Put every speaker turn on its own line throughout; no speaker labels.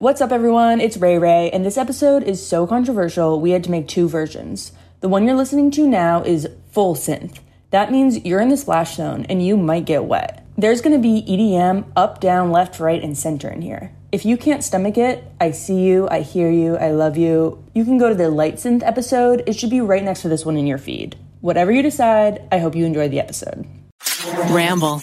What's up, everyone? It's Ray Ray, and this episode is so controversial we had to make two versions. The one you're listening to now is full synth. That means you're in the splash zone and you might get wet. There's gonna be EDM up, down, left, right, and center in here. If you can't stomach it, I see you, I hear you, I love you. You can go to the light synth episode, it should be right next to this one in your feed. Whatever you decide, I hope you enjoy the episode.
Ramble.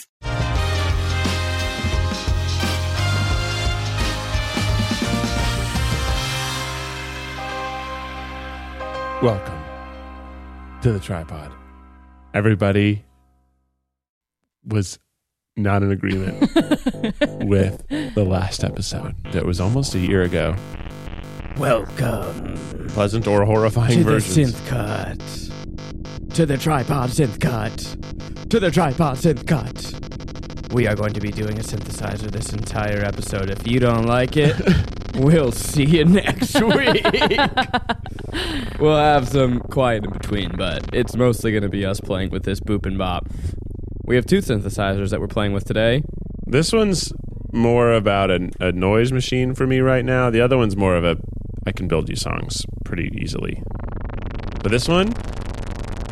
Welcome to the tripod. Everybody was not in agreement with the last episode that was almost a year ago.
Welcome
Pleasant or horrifying
to
versions.
the synth cut. To the tripod synth cut. To the tripod synth cut. We are going to be doing a synthesizer this entire episode. If you don't like it, we'll see you next week. we'll have some quiet in between, but it's mostly going to be us playing with this boop and bop. We have two synthesizers that we're playing with today.
This one's more about an, a noise machine for me right now. The other one's more of a I can build you songs pretty easily. But this one,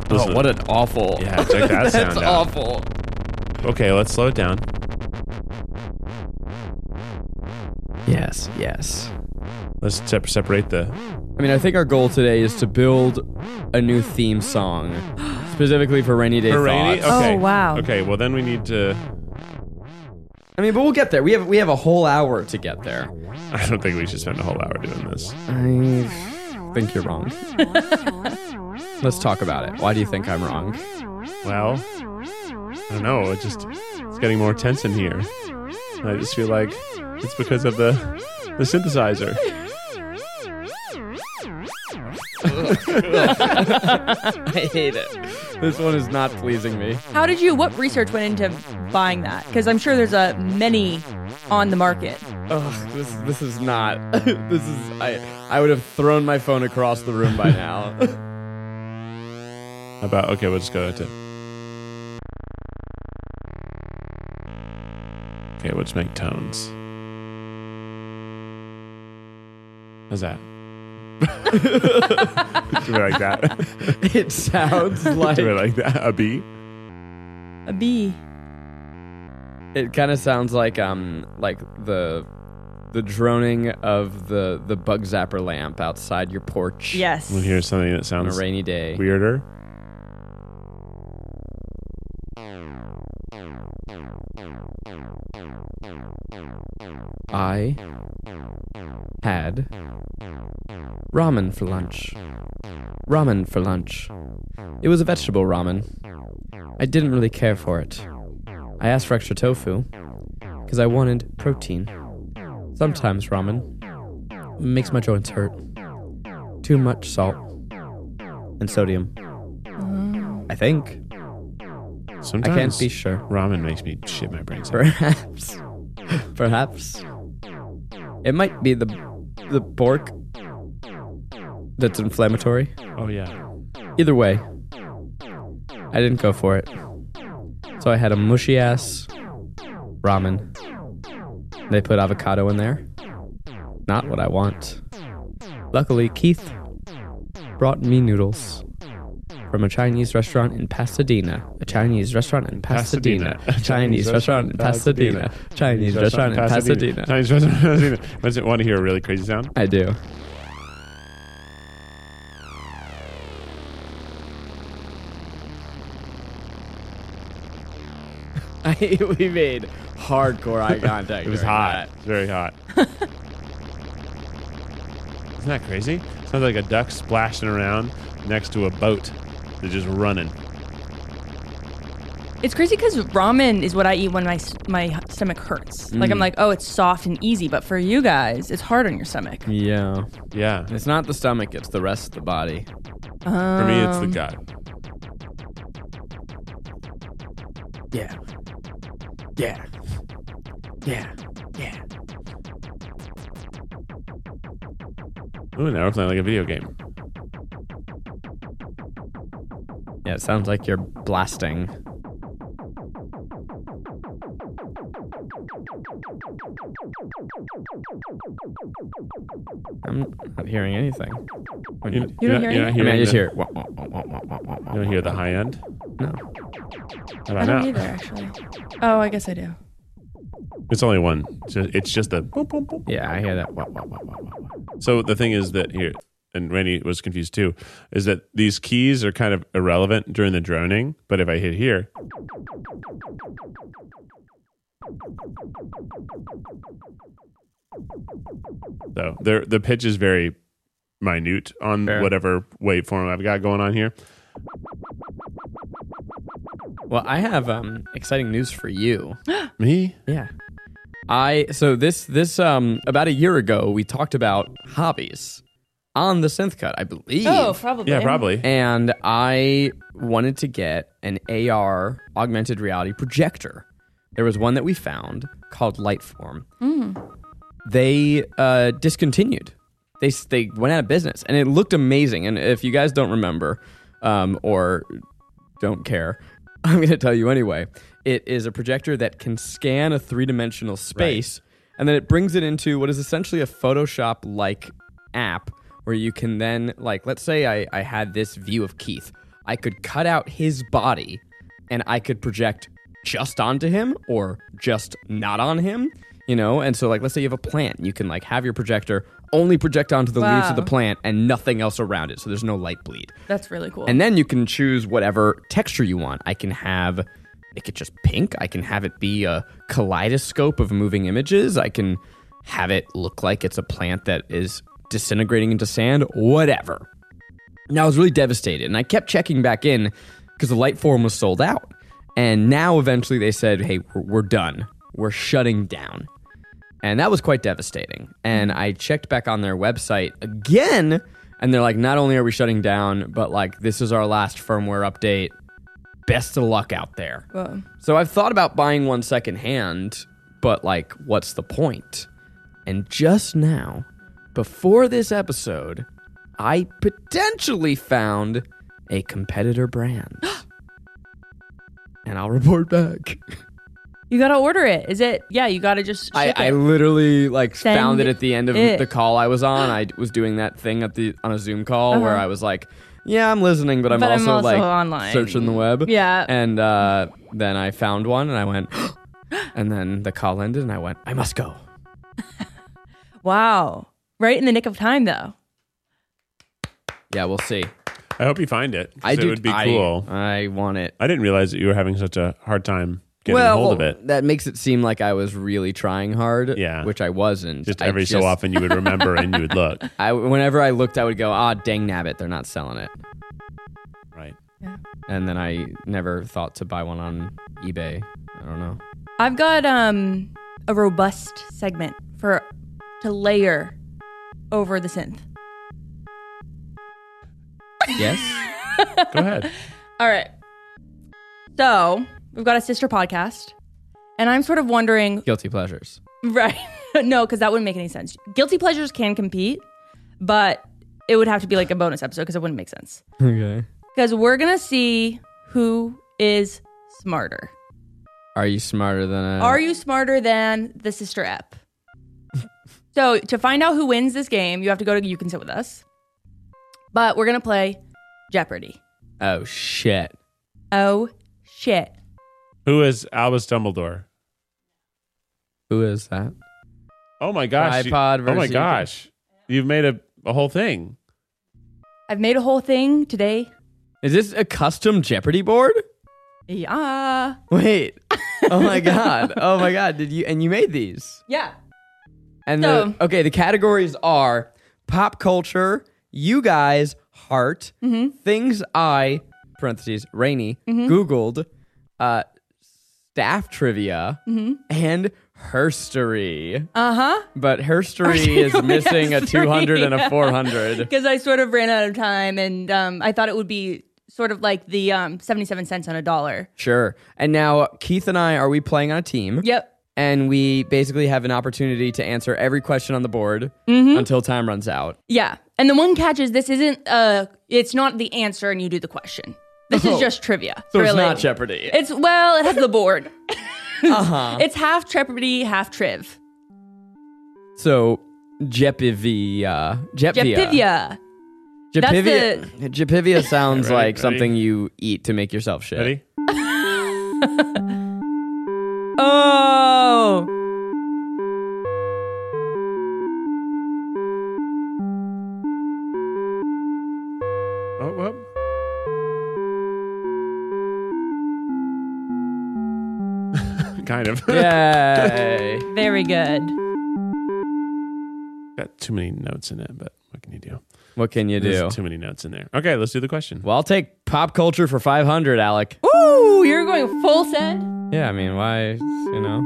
Oh, what an awful.
yeah, check that
That's
sound out.
awful.
Okay, let's slow it down.
Yes, yes.
Let's sep- separate the
I mean, I think our goal today is to build a new theme song specifically for rainy day
Hooray.
thoughts.
Okay.
Oh, wow.
Okay, well then we need to
I mean, but we'll get there. We have we have a whole hour to get there.
I don't think we should spend a whole hour doing this.
I think you're wrong. Let's talk about it. Why do you think I'm wrong?
Well, I don't know. It just it's getting more tense in here. And I just feel like it's because of the the synthesizer.
I hate it. This one is not pleasing me.
How did you? What research went into buying that? Because I'm sure there's a many on the market.
Ugh, this this is not. this is I I would have thrown my phone across the room by now.
How About okay, we'll just go to. Okay, we'll just make tones. How's that? Do it like that.
it sounds like
Do it like that. A B.
A bee.
It kind of sounds like um like the the droning of the the bug zapper lamp outside your porch.
Yes.
We'll hear something that
On a
sounds
rainy day.
weirder.
I had ramen for lunch. Ramen for lunch. It was a vegetable ramen. I didn't really care for it. I asked for extra tofu because I wanted protein. Sometimes ramen makes my joints hurt. Too much salt and sodium. I think. I
Sometimes
can't be sure.
ramen makes me shit my brains out.
Perhaps. Perhaps. It might be the the pork that's inflammatory.
Oh yeah.
Either way, I didn't go for it. So I had a mushy ass ramen. They put avocado in there. Not what I want. Luckily, Keith brought me noodles from a Chinese restaurant in Pasadena. A Chinese restaurant in Pasadena.
Pasadena.
A Chinese restaurant in Pasadena. Chinese restaurant in Pasadena.
Chinese restaurant in Pasadena. Does it want to hear a really crazy sound?
I do. we made hardcore eye contact.
It was
during
hot.
that.
Very hot. Isn't that crazy? Sounds like a duck splashing around next to a boat. They're just running.
It's crazy because ramen is what I eat when my s- my stomach hurts. Like
Mm.
I'm like, oh, it's soft and easy, but for you guys, it's hard on your stomach.
Yeah.
Yeah.
It's not the stomach, it's the rest of the body.
For me,
Um,
it's the gut.
Yeah. Yeah. Yeah. Yeah.
Ooh, now we're playing like a video game.
Yeah, it sounds like you're blasting. I'm not hearing anything. When-
You,
You don't hear
you're
anything?
not
I mean, I
hearing
just
the-
hear. wah, wah, wah, wah, wah, wah, wah,
You don't hear the high end?
No.
How
I don't
about now?
either, actually. Oh, I guess I do.
It's only one. It's just, it's just a boop, boop, boop.
Yeah, I hear that. Wah, wah, wah, wah, wah, wah.
So the thing is that here, and Randy was confused too, is that these keys are kind of irrelevant during the droning. But if I hit here, so there, the pitch is very minute on
Fair.
whatever waveform I've got going on here.
Well, I have um, exciting news for you.
Me?
Yeah. I so this this um about a year ago we talked about hobbies on the synth cut, I believe.
Oh, probably.
Yeah, probably.
And I wanted to get an AR augmented reality projector. There was one that we found called Lightform. They uh, discontinued. They s- they went out of business, and it looked amazing. And if you guys don't remember, um, or don't care, I'm going to tell you anyway. It is a projector that can scan a three dimensional space, and then it brings it into what is essentially a Photoshop like app where you can then, like, let's say I, I had this view of Keith, I could cut out his body and I could project just onto him or just not on him, you know? And so, like, let's say you have a plant, you can, like, have your projector only project onto the leaves of the
Wow.
plant and nothing else around it, so there's no light bleed.
That's really cool.
And then you can choose whatever texture you want. I can have make it just pink. I can have it be a kaleidoscope of moving images. I can have it look like it's a plant that is disintegrating into sand, whatever. Now I was really devastated and I kept checking back in because the light form was sold out. And now eventually they said, hey, we're, we're done. We're shutting down. And that was quite devastating. And I checked back on their website again, and they're like, not only are we shutting down, but like, this is our last firmware update. Best of luck out there.
Whoa.
So I've thought about buying one secondhand, but like, what's the point? And just now, before this episode, I potentially found a competitor brand. and I'll report back.
you gotta order it. Is it? Yeah, you gotta just. Ship
I, I
it.
literally like
Send
found it at the end of
it.
the call I was on. I was doing that thing at the on a Zoom call where
Uh-huh.
I was like, "Yeah, I'm listening, but I'm,
But I'm
also,
also
like
online."
searching the web."
Yeah.
and uh, then I found one, and I went, and then the call ended, and I went, "I must go."
wow. Right in the nick of time, though.
Yeah, we'll see.
I hope you find it. 'cause
I
it
do.
would be
I- uh,
cool.
I want it.
I didn't realize that you were having such a hard time getting
well,
hold of it.
that makes it seem like I was really trying hard.
Yeah.
which I wasn't.
Just
I
every so
just-
often you would remember and you would look.
I, whenever I looked, I would go, "Ah, dang nabbit, they're not selling it."
Right.
and then I never thought to buy one on eBay. I don't know.
I've got um a robust segment for to layer over the synth.
Yes.
Go ahead.
All right. So we've got a sister podcast, and I'm sort of wondering
Guilty pleasures.
Right. no, because that wouldn't make any sense. Guilty pleasures can compete, but it would have to be like a bonus episode because it wouldn't make sense.
Okay.
Because we're going to see who is smarter.
Are you smarter than a?
Are you smarter than the sister app? so to find out who wins this game, you have to go to You Can Sit With Us. But we're going to play Jeopardy.
Oh shit.
Oh, shit.
Who is Albus Dumbledore?
Who is that?
Oh my gosh. you-
iPod
oh my
versus-
gosh. You've made a, a whole thing.
I've made a whole thing today.
Is this a custom Jeopardy board?
Yeah.
Wait. Oh my god. Oh my god. Did you? And you made these?
Yeah.
And
So-
the, okay, the categories are pop culture, you guys,
Mm-hmm.
heart, things I parentheses Rainy Googled, uh, staff trivia
Mm-hmm.
and herstory.
Uh huh.
But herstory
think
is
only
missing a
has
200 and a
three.
400.
Because I sort of ran out of time, and um, I thought it would be sort of like the um, seventy-seven cents on a dollar.
sure. And now Keith and I are we playing on a team?
Yep.
And we basically have an opportunity to answer every question on the board
Mm-hmm.
until time runs out.
Yeah. And the one catch is this isn't uh it's not the answer and you do the question. This
Oh.
is just trivia.
So it's
really.
not Jeopardy.
It's well, it has the board.
uh-huh.
It's half Jeopardy, half Triv.
so Jepivia. Jepivia.
Jepivia. That's
Jepivia. Jepivia sounds
Ready,
like
ready?
something you eat to make yourself shit.
Ready?
Oh.
Oh, well. kind of.
Yay.
Very good.
Got too many notes in it, but what can you do?
what can you do?
There's too many notes in there. Okay, let's do the question.
Well, I'll take pop culture for 500, Alec.
Ooh, you're going full send?
Yeah, I mean, why, you know?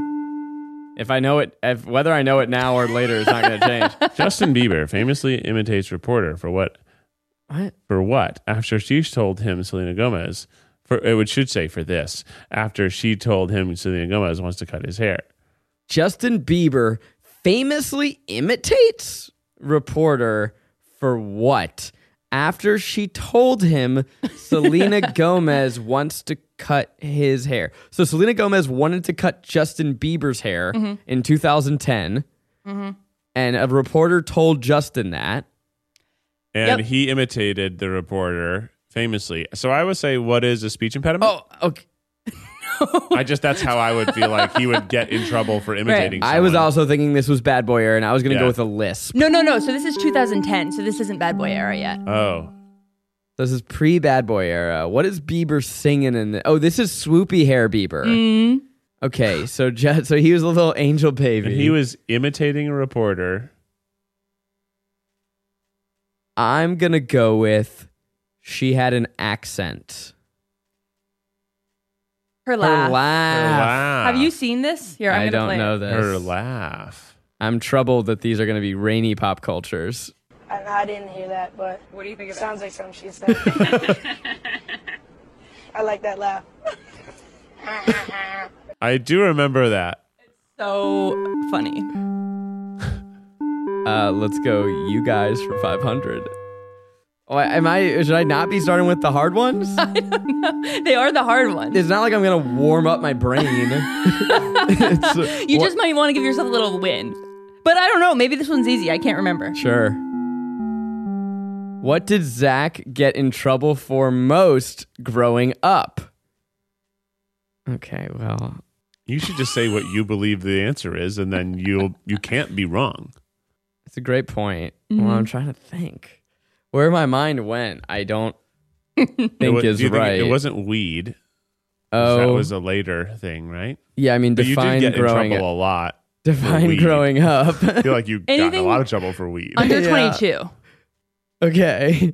If I know it, if, whether I know it now or later is not going to change.
Justin Bieber famously imitates reporter for what?
What?
For what? After she told him Selena Gomez, for it would should say for this. After she told him Selena Gomez wants to cut his hair.
Justin Bieber famously imitates reporter for what? After she told him Selena Gomez wants to cut his hair. So Selena Gomez wanted to cut Justin Bieber's hair in 2010. Mm-hmm. And a reporter told Justin that.
And
Yep.
he imitated the reporter famously. So I would say, what is a speech impediment?
Oh, okay.
I just that's how I would feel like he would get in trouble for imitating.
I was
someone.
also thinking this was bad boy era, and I was going to
Yeah.
go with a lisp.
No, no, no. So this is 2010, so this isn't Bad Boy era yet.
Oh,
This is pre bad boy era. What is Bieber singing in? The- oh, this is swoopy hair Bieber.
Mm-hmm.
Okay, so ju- so he was a little angel baby.
and he was imitating a reporter.
I'm gonna go with. She had an accent.
Her
Her
Oh,
laugh.
laugh. Have you seen this? Here, I'm
I
gonna
don't
play it.
know this.
her laugh?
I'm troubled that these are gonna be rainy pop cultures.
I, I didn't hear that, but what do you think? It sounds like something she said. I like that laugh.
I do remember that.
So funny.
Uh, let's go, you guys, for 500. Oh, am I? Should I not be starting with the hard ones?
They are the hard ones.
it's not like I'm gonna warm up my brain. It's- uh,
You
wha-
just might want to give yourself a little win. But I don't know. Maybe this one's easy. I can't remember.
Sure. What did Zach get in trouble for most growing up? Okay, well,
You should just say what you believe the answer is, and then you'll you can't be wrong.
it's a great point. Well,
Mm-hmm.
I'm trying to think where my mind went. I don't
It wa-
think
do
is
you think it-
right.
It wasn't weed. 'cause
Oh,
That was a later thing, right?
yeah. I mean,
But you
define
did get in
growing.
trouble a lot.
define
weed.
growing up.
I feel like you got in a
Anything-
lot of trouble for weed.
Under
Yeah.
22.
okay.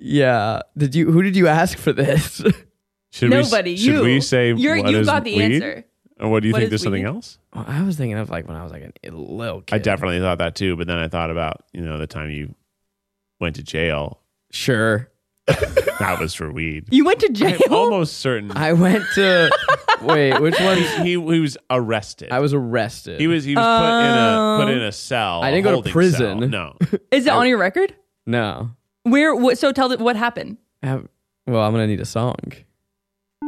Yeah. Did you? Who did you ask for this?
Should
Nobody.
We, s- should
you.
we say
You're,
what
you
is
got the
weed?
answer.
Or what do you
What
think?
is
There's something
weed?
else?
Well, I was thinking of like when I was like a little kid.
I definitely thought that too, but then I thought about you know the time you went to jail.
Sure.
That was for weed.
You went to jail?
I'm almost certain
I went to. wait, which one?
he, he was arrested.
I was arrested.
He was he was put in a put in
Um,
a cell.
I didn't
a
go to
holding
prison.
cell. No,
Is it on your record?
no.
Where? What, so tell th- what happened.
I- well, I'm gonna need a song.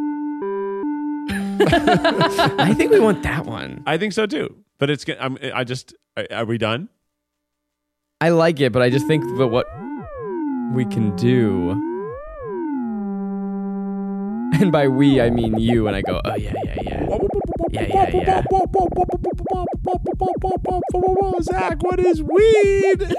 I think we want that one.
I think so too. But it's g- I'm, I just are- are we done?
I like it, but I just think that what we can do. And by we, I mean you. And I go, oh, yeah, yeah, yeah. Yeah, yeah, yeah.
Zach, what is weed?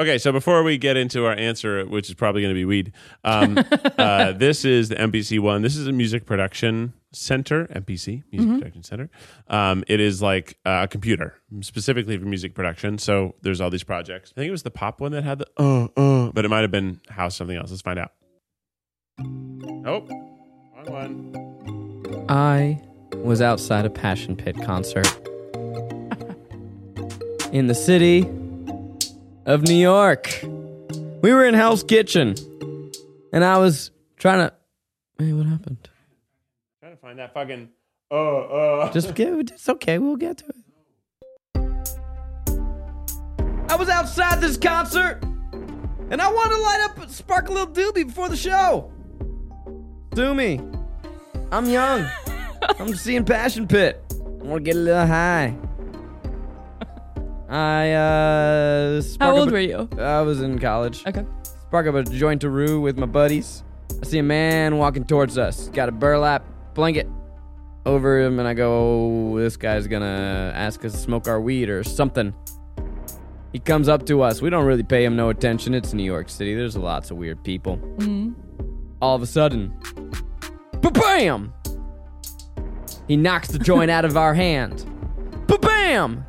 okay, so before we get into our answer, which is probably going to be weed, um, uh, this is the MPC one. This is a music production center, MPC, Music Production Center. Um, it is like a computer specifically for music production. So there's all these projects. I think it was the pop one that had the uh, uh, but it might have been house something else. Let's find out. Oh, wrong one.
I was outside a Passion Pit concert in the city of New York. We were in Hell's Kitchen, and I was trying to. Hey, what happened?
Trying to find that fucking. Oh, uh.
Just get. It's okay. We'll get to it. I was outside this concert, and I wanted to light up, spark a little doobie before the show. Do me. I'm young. I'm seeing Passion Pit. I want to get a little high. I uh.
How
spark up
old
a-
were you?
I was in college.
Okay.
Spark up a joint to roo with my buddies. I see a man walking towards us. Got a burlap blanket over him, and I go, "Oh, "This guy's gonna ask us to smoke our weed or something." He comes up to us. We don't really pay him no attention. It's New York City. There's lots of weird people.
Mm-hmm.
All of a sudden, ba-bam! He knocks the joint out of our hand. Ba-bam!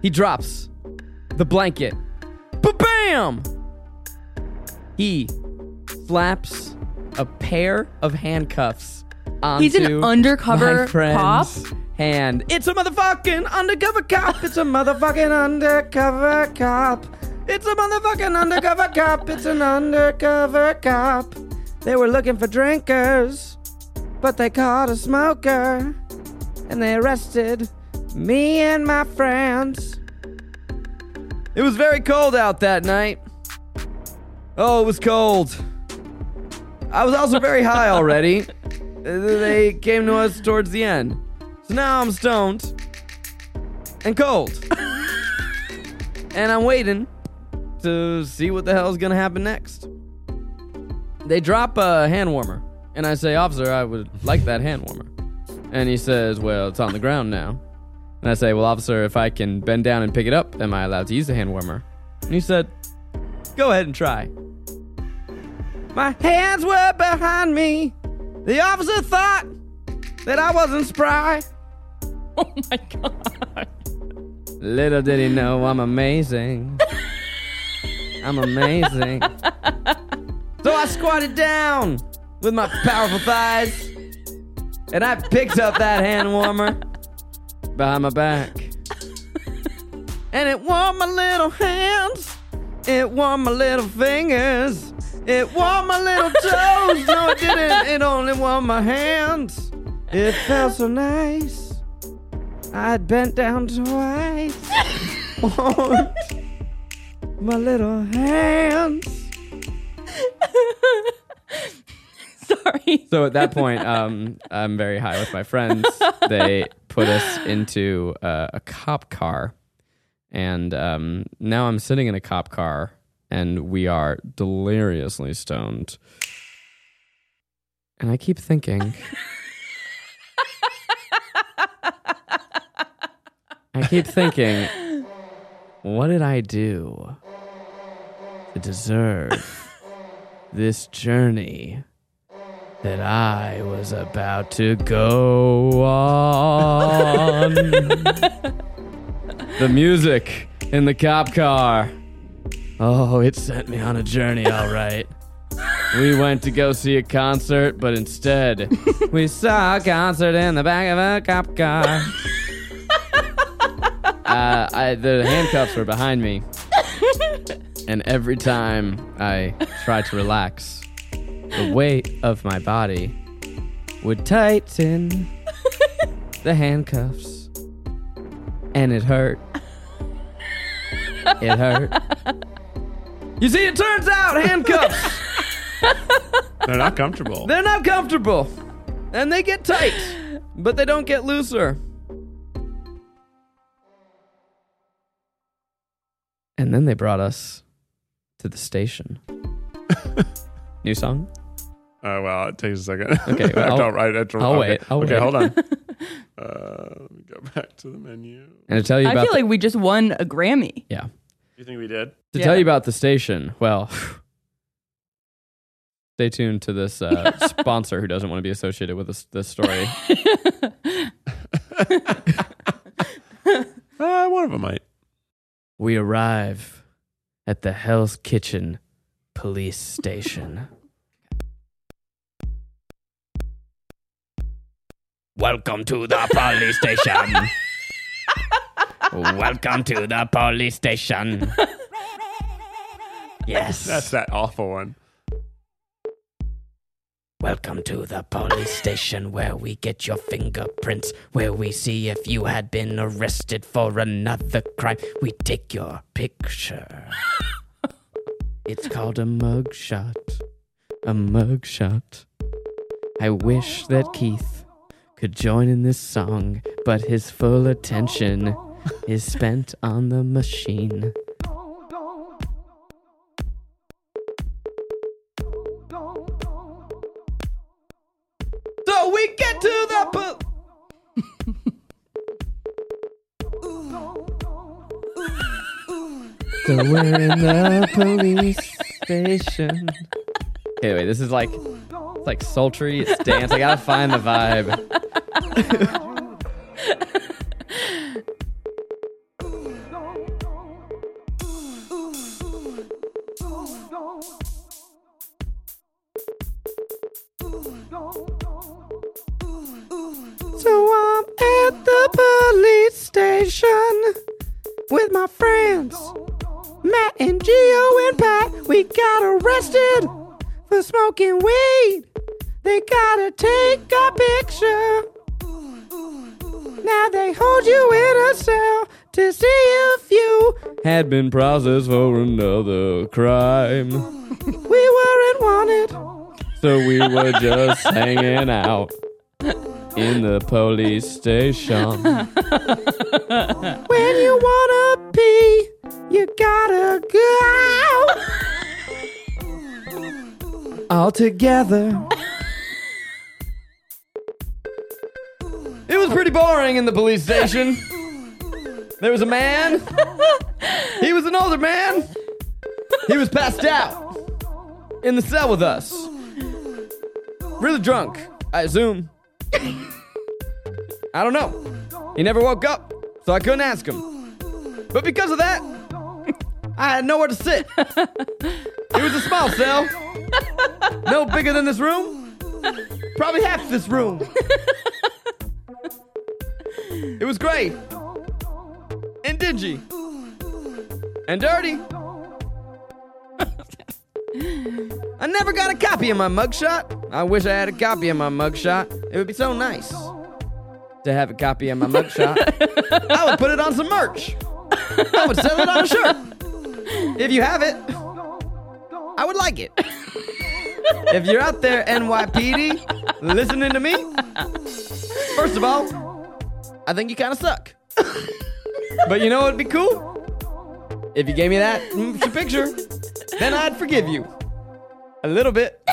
He drops the blanket. Ba-bam! He slaps a pair of handcuffs onto
He's an undercover
my friend's
cop?
Hand. It's a motherfucking undercover cop. It's a motherfucking undercover cop. It's a motherfucking undercover cop. It's an undercover cop. They were looking for drinkers, but they caught a smoker, and they arrested me and my friends. It was very cold out that night. Oh, it was cold. I was also very high already. Uh, they came to us towards the end. So now I'm stoned and cold. and I'm waiting to see what the hell's gonna happen next. They drop a hand warmer, and I say, Officer, I would like that hand warmer. And he says, Well, it's on the ground now. And I say, Well, officer, if I can bend down and pick it up, am I allowed to use the hand warmer? And he said, Go ahead and try. My hands were behind me. The officer thought that I wasn't spry.
Oh my god.
Little did he know I'm amazing. I'm amazing. so I squatted down with my powerful thighs and I picked up that hand warmer behind my back. And it warmed my little hands. It warmed my little fingers. It warmed my little toes. No, it didn't. It only warmed my hands. It felt so nice. I'd bent down twice. Warmed my little hands.
Sorry.
So at that point, um, I'm very high with my friends. They put us into uh, a cop car, and um, now I'm sitting in a cop car, and we are deliriously stoned. And I keep thinking. I keep thinking, what did I do to deserve this journey? that I was about to go on. the music in the cop car. Oh, it sent me on a journey, all right. We went to go see a concert, but instead, we saw a concert in the back of a cop car. uh, I, the handcuffs were behind me. And every time I tried to relax, the weight of my body would tighten the handcuffs and it hurt it hurt you see it turns out handcuffs
They're not comfortable.
they're not comfortable and they get tight but they don't get looser and then they brought us to the station. New song?
Uh, well, it takes a second.
Okay,
I have
well,
to
I'll-
write. I have to,
I'll
okay.
wait, I'll
okay,
wait.
hold on. Uh, let me go back to the menu.
And to tell you
I
about
feel
the-
like we just won a Grammy.
yeah.
Do you think we did?
To
Yeah.
tell you about the station, well, stay tuned to this uh, sponsor who doesn't want to be associated with this, this story.
Uh, one of them might.
we arrive at the Hell's Kitchen police station. Welcome to the police station. Welcome to the police station. Yes.
That's that awful one.
Welcome to the police station where we get your fingerprints, where we see if you had been arrested for another crime. We take your picture. it's called a mugshot. A mugshot. I wish that Keith could join in this song, but his full attention is spent on the machine. So we get to the po- So we're in the police station. Okay, wait, this is like it's like sultry, it's dance. I gotta find the vibe. So I'm at the police station with my friends. Matt and Gio and Pat, we got arrested for smoking weed. They gotta take a picture. Now they hold you in a cell to see if you had been processed for another crime. we weren't wanted, so we were just hanging out in the police station. When you wanna pee, you gotta go All together. It was pretty boring in the police station. There was a man. He was an older man. He was passed out in the cell with us. Really drunk, I assume. I don't know. He never woke up, so I couldn't ask him. But because of that, I had nowhere to sit. It was a small cell, no bigger than this room, probably half this room. It was great and dingy and dirty. I never got a copy of my mugshot. I wish I had a copy of my mugshot. It would be so nice to have a copy of my mugshot, I would put it on some merch. I would sell it on a shirt. If you have it, I would like it. If you're out there, NYPD, listening to me, first of all, I think you kind of suck. But you know what would be cool? If you gave me that mm, picture, then I'd forgive you. A little bit.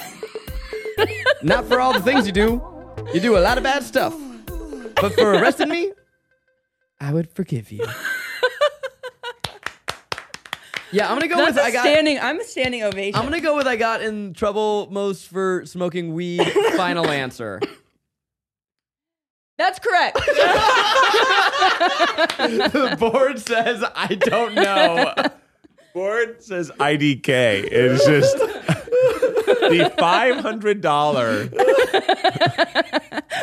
Not for all the things you do. You do a lot of bad stuff but for arresting me, I would forgive you. yeah, I'm gonna go
That's
with
a
I got.
standing. I'm a standing ovation.
I'm gonna go with I got in trouble most for smoking weed. Final answer.
That's correct.
the board says I don't know.
Board says IDK. It's just the five hundred dollar.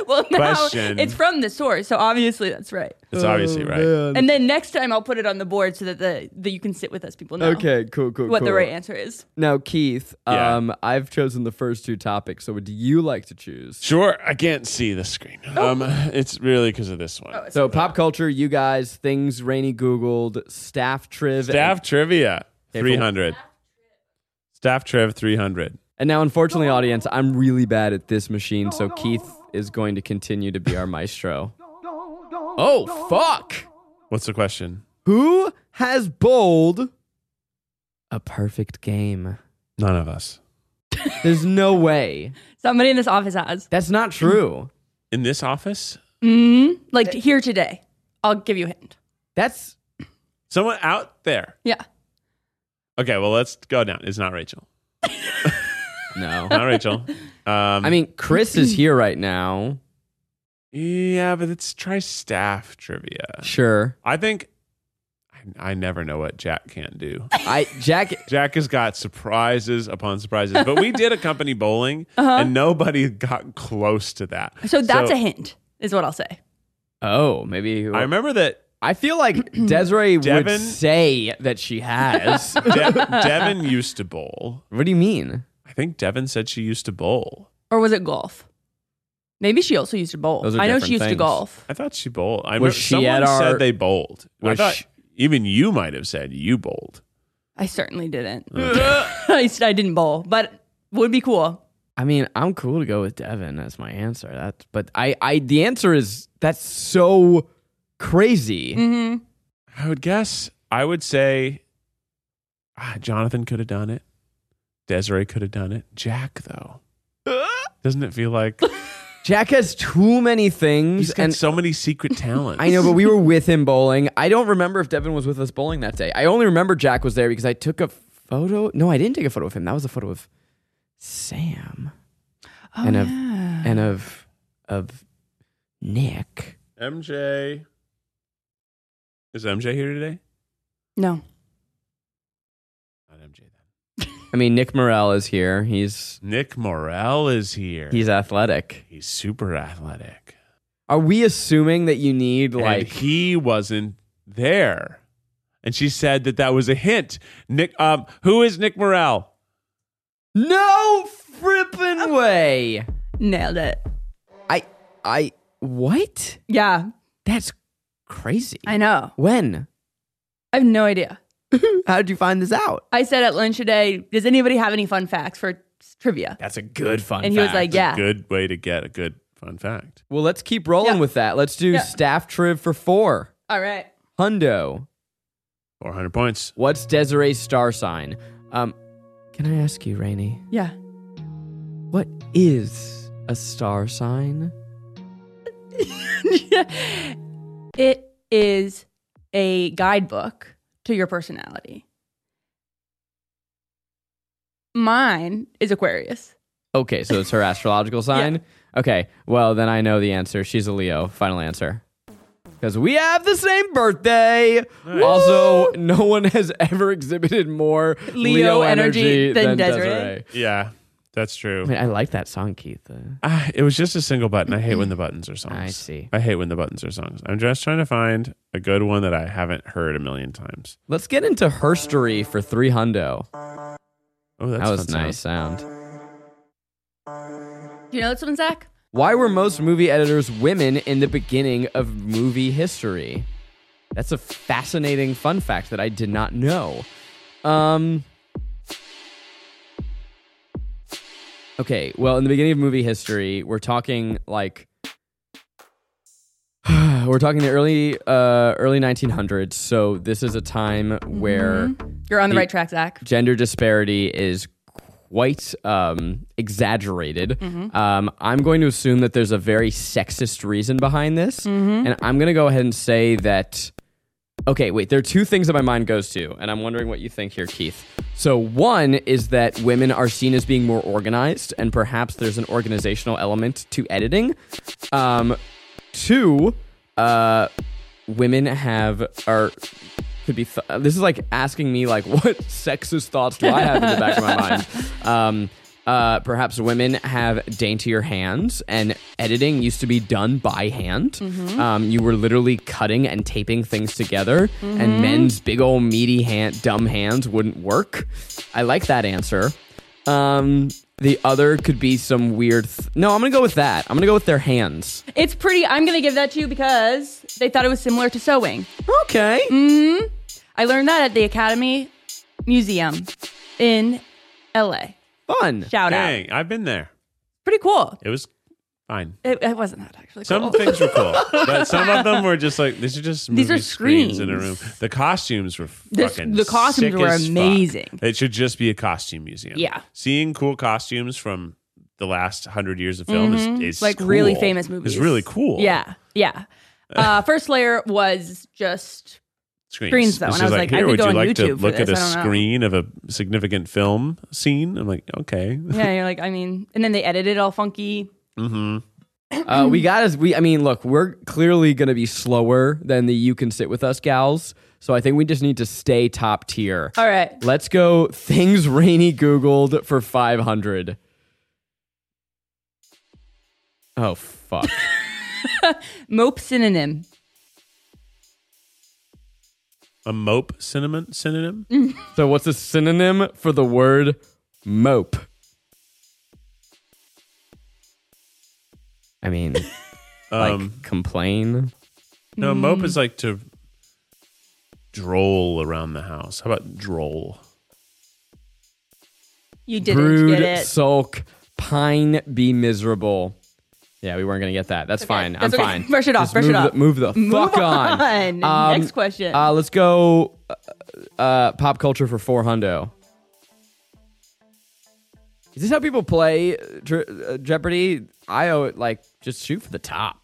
well, now
Question.
it's from the source, so obviously that's right.
It's
Oh,
obviously right.
And then next time I'll put it on the board so that the that you can sit with us people know
Okay, cool, cool.
what the
cool.
right answer is.
Now, Keith,
Yeah.
um, I've chosen the first two topics. So, would you like to choose?
Sure, I can't see the screen.
Oh.
Um, it's really because of this one.
So, pop culture, you guys, things Rainy Googled, staff triv,
Staff trivia,
Okay,
three hundred. Staff triv, three hundred.
And now, unfortunately, audience, I'm really bad at this machine, so Keith is going to continue to be our maestro. Oh, fuck!
What's the question?
Who has bowled a perfect game.
None of us.
There's no way.
Somebody in this office has.
That's not true.
In this office,
Mm, like here today. I'll give you a hint.
That's
someone out there.
Yeah.
Okay, well, let's go down. It's not Rachel.
no.
Not Rachel. Um,
I mean, Chris is here right now.
yeah, but let's try staff trivia.
Sure.
I think I, I never know what Jack can't do.
I Jack
Jack has got surprises upon surprises, but we did a company bowling and nobody got close to that.
Uh-huh. So that's a hint, is what I'll say.
Oh, maybe
I remember that
I feel like Desiree
Devin-
would say that she has.
De- Devin used to bowl.
what do you mean?
I think Devin said she used to bowl.
Or was it golf? Maybe she also used to bowl.
Those are
I know
different
she used to
things.
golf.
I thought she bowled. I
Was
remember-
she
someone
at our-
said they bowled. I
Was
thought
she-
even you might have said you bowled.
I certainly didn't. I, s- I didn't bowl, but would be cool.
I mean, I'm cool to go with Devin as my answer. That, but I, I, the answer is that's so crazy.
Mm-hmm. I would guess. I would say ah, Jonathan could have done it. Desiree could have done it. Jack though, doesn't it feel like
Jack has too many things,
he's got
and
so many secret talents?
I know. But we were with him bowling. I don't remember if Devin was with us bowling that day. I only remember Jack was there because I took a photo. No, I didn't take a photo of him. That was a photo of Sam
Oh,
and of
yeah.
and of of Nick.
MJ. Is MJ here today?
no.
Not MJ. Then.
I mean, Nick Morell is here. He's
Nick Morrell is here.
he's athletic.
he's super athletic.
Are we assuming that you need
like
like
he wasn't there and she said that that was a hint nick um who is nick morrell
no frippin'
Oh.
way?
Nailed it.
I I what?
Yeah,
That's crazy.
I know.
When?
I have no idea.
How did you find this out?
I said at lunch today, does anybody have any fun facts for s- trivia?
That's a good fun.
And he was like, yeah.
good way to get a good fun fact
Well, let's keep rolling
Yeah.
with that. Let's do
Yeah.
staff triv for four.
All right.
Hundo.
400 points
What's Desiree's star sign? Um, can I ask you, Rainey?
Yeah.
What is a star sign?
it is a guidebook to your personality. Mine is Aquarius.
Okay, so it's her astrological sign? Okay, well, then I know the answer. She's a Leo. Final answer. Because we have the same birthday. Also, no one has ever exhibited more Leo,
Leo energy than Desiree.
yeah that's true
I mean, I like that song, Keith. Uh,
Ah, it was just a single button i hate when the buttons are songs
I see.
i hate when the buttons are songs i'm just trying to find a good one that i haven't heard a million times
let's get into herstory for three hundo.
oh that's
that was
a fun
nice
sound.
sound.
Do you know this one, Zach?
Why were most movie editors women in the beginning of movie history? That's a fascinating fun fact that I did not know. Um, okay, well, in the beginning of movie history, we're talking like we're talking the early uh, early 1900s. So this is a time where
You're on the
Ye-
right track, Zach.
gender disparity is quite um, exaggerated. Um, I'm going to assume that there's a very sexist reason behind this, and I'm going to go ahead and say that. Okay, wait. There are two things that my mind goes to, and I'm wondering what you think here, Keith. So, one is that women are seen as being more organized, and perhaps there's an organizational element to editing. Um, two, uh, women have are could be th- this is like asking me like what sexist thoughts do i have in the back of my mind um uh, perhaps women have daintier hands, and editing used to be done by hand. Um, you were literally cutting and taping things together, and men's big old meaty hand, dumb hands wouldn't work. I like that answer. Um, the other could be some weird. Th- no, I'm gonna go with that. I'm gonna go with their hands.
It's pretty. I'm gonna give that to you because they thought it was similar to sewing.
Okay.
I learned that at the Academy Museum in LA.
Fun.
Shout out.
dang i've been there
Pretty cool.
it was Fine.
It, it wasn't that actually.
Some
cool.
things were cool, but some of them were just like these are just
These
movie
are
screens in a room.
screens.
The costumes were
This-
fucking.
the costumes
sick
were
as fuck.
amazing.
It should just be a costume museum.
Yeah.
seeing cool comes from the last hundred years of film is, is
Mm-hmm. like really
cool.
famous movies.
It's really cool.
Yeah, yeah. Uh, First Layer was just
screens.
Screens, though,
It's
and I
just
was like, I
here,
could
would
go
you
on
like to
YouTube for
look
this.
at a
I don't know.
screen of a significant film scene? I'm like, okay.
yeah. You're like I mean, and then they edited it all funky.
Mm-hmm.
Uh,
Mm.
we got us. We, I mean, look, we're clearly going to be slower than the "You Can Sit with Us" gals. So I think we just need to stay top tier.
All right,
Let's go. Things Rainy Googled for five hundred. Oh fuck!
mope synonym.
A mope cinnamon synonym.
Mm.
so what's a synonym for the word mope? I mean, like
Um,
complain.
no, mope
Mm.
is like to droll around the house. How about droll?
You didn't
brood,
get it.
sulk, pine, be miserable. Yeah, we weren't gonna get that. That's fine.
That's
I'm
okay.
fine.
Brush it off,
Just
brush it
move
off.
The, move the
Move
fuck on.
on. Next question.
Uh, let's go. uh, Uh, pop culture for four hundo. Is this how people play uh, Dr- uh, Jeopardy? I owe it like just shoot for the top.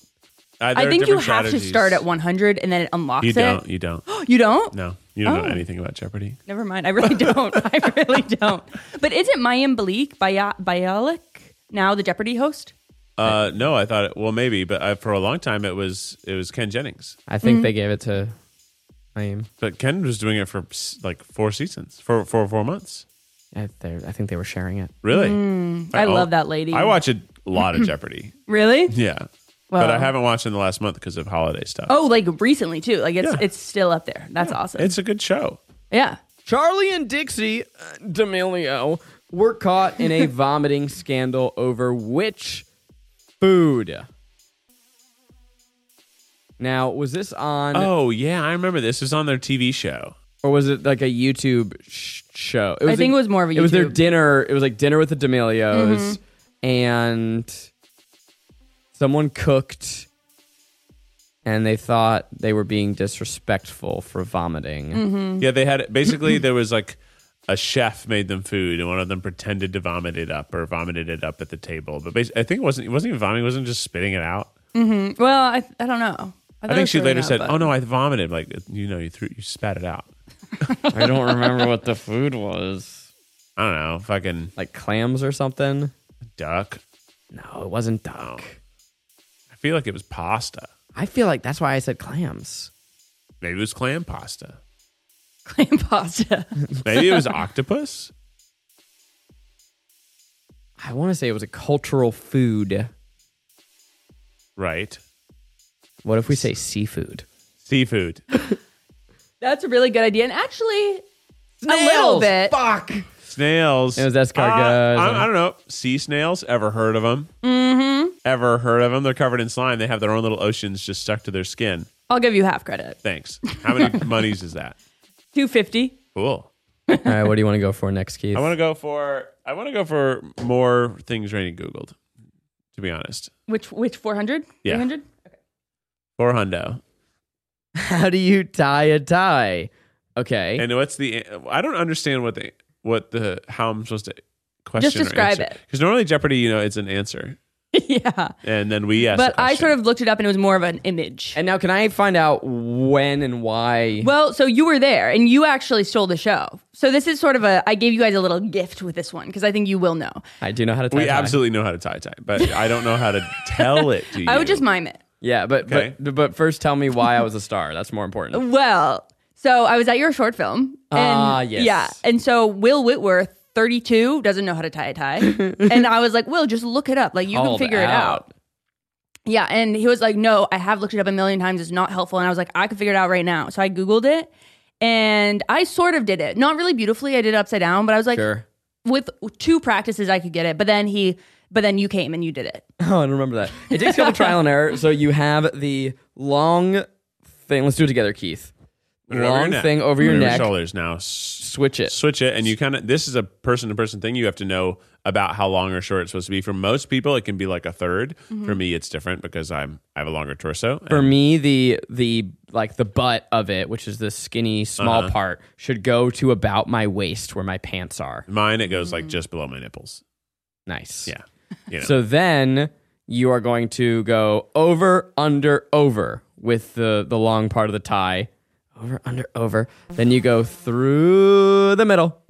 Uh, there
I
are
think you
different
have to
strategies.
start at 100 and then it unlocks
You
it.
don't. You don't.
You don't?
No, you don't
Oh.
know anything about Jeopardy.
Never mind. I really don't. I really don't. But isn't Mayim Balik Baya- Bialik now the Jeopardy host?
Uh, no, I thought it, well maybe, but I, for a long time it was it was Ken Jennings,
I think they gave it to. I am.
but Ken was doing it for s- like four seasons, for for four months.
I, they- I think they were sharing it.
Really,
Mm. I
I'll-
love that lady.
I watch a lot of Jeopardy.
Really?
Yeah, but I haven't watched in the last month because of holiday stuff.
Oh, like recently too. Like it's
Yeah.
it's still up there. That's awesome.
It's a good show.
yeah.
Charlie and Dixie uh, D'Amelio were caught in a vomiting scandal over which food? Now, was this on,
Oh yeah, I remember this. It was on their TV show.
or was it like a YouTube sh- show? It
I think it was more of a
It was their
YouTube. Mm-hmm.
dinner. It was like dinner with the D'Amelios, and someone cooked, and they thought they were being disrespectful for vomiting.
Mm-hmm.
Yeah, they had basically there was like a chef made them food, and one of them pretended to vomit it up or vomited it up at the table. But basically, I think it wasn't it wasn't even vomiting; it wasn't just spitting it out.
Well, I I don't know. thought
I
it
think
was
she
throwing
later
up,
said,
but-
"Oh no, I vomited!" Like you know, you threw you spat it out.
I don't remember what the food was.
I don't know, fucking
like clams or something.
duck. Oh.
No, it wasn't duck.
I feel like it was pasta.
I feel like that's why I said clams.
Maybe it was clam pasta.
clam pasta."
Maybe it was octopus.
I want to say it was a cultural food.
Right,
What if we say seafood?
seafood.
That's a really good idea. And actually a little
Snails!
bit.
Fuck.
Snails.
It was escargots.
Uh, I, I don't know. Sea snails. Ever heard of them? Mm-hmm. Ever heard of them? They're covered in slime. They have their own little oceans just stuck to their skin.
I'll give you half credit.
Thanks. How many monies is that?
250.
Cool.
All right, what do you want to go for next, Keith?
I want to go for. I want to go for more things Rainy googled. To be honest,
Which which 400?
Yeah.
300?
for hundo.
How do you tie a tie? Okay.
And what's the? I don't understand what the what the how I'm supposed to question.
Just describe it.
Because normally Jeopardy, you know, it's an answer,
yeah.
and then we ask.
But I sort of looked it up and it was more of an image.
and now, can I find out when and why?
Well, so you were there and you actually stole the show. So this is sort of a I gave you guys a little gift with this one because I think you will know.
I do know how to tie. a
We
tie.
absolutely know how to tie tie, but I don't know how to tell it to you.
I would just mime it.
Yeah, but
Okay.
but but first, tell me why I was a star. That's more important.
Well, so I was at your short film. and-
Ah, yes.
Yeah. And so Will Whitworth, 32, doesn't know how to tie a tie. and I was like, Will, just look it up. Like, you can
Called
figure it out. Yeah. And he was like, No, I have looked it up a million times. It's not helpful. And I was like, I can figure it out right now. So I Googled it and I sort of did it. Not really beautifully. I did it upside down, but I was like,
Sure.
with two practices, I could get it. But then he, but then you came and you did it.
Oh, I don't remember that. It takes a couple trial and error. So you have the long thing. Let's do it together, Keith.
Put it over your
long
neck.
thing over your neck.
shoulders now. S-
Switch it.
Switch it, and you kind of this is a person to person thing. You have to know about how long or short it's supposed to be. For most people, it can be like a 3rd For me, it's different because I'm I have a longer torso.
For me, the the like the butt of it, which is the skinny small part, should go to about my waist where my pants are.
Mine, it goes like just below my nipples.
Nice.
Yeah, you know.
So then you are going to go over, under, over with the the long part of the tie. Over, under, over. Then you go through the middle,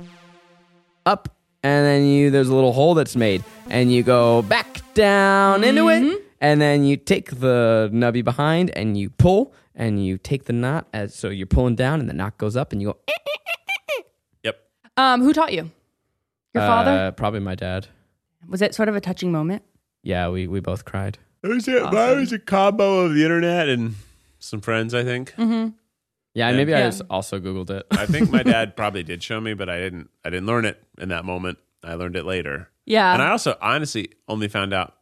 up, and then you there's a little hole that's made, and you go back down into
Mm-hmm.
it, and then you take the nubby behind and you pull, and you take the knot as so you're pulling down, and the knot goes up, and you go. eh,
yep.
Um, who taught you? Your father?
uh, probably my dad.
Was it sort of a touching moment?
Yeah, we we both cried.
It was a, mine was a combo of the internet and some friends. I think.
Mm-hmm. Yeah, maybe I
Yeah.
just also googled it.
I think my dad probably did show me, but I didn't. I didn't learn it in that moment. I learned it later.
Yeah.
And I also honestly only found out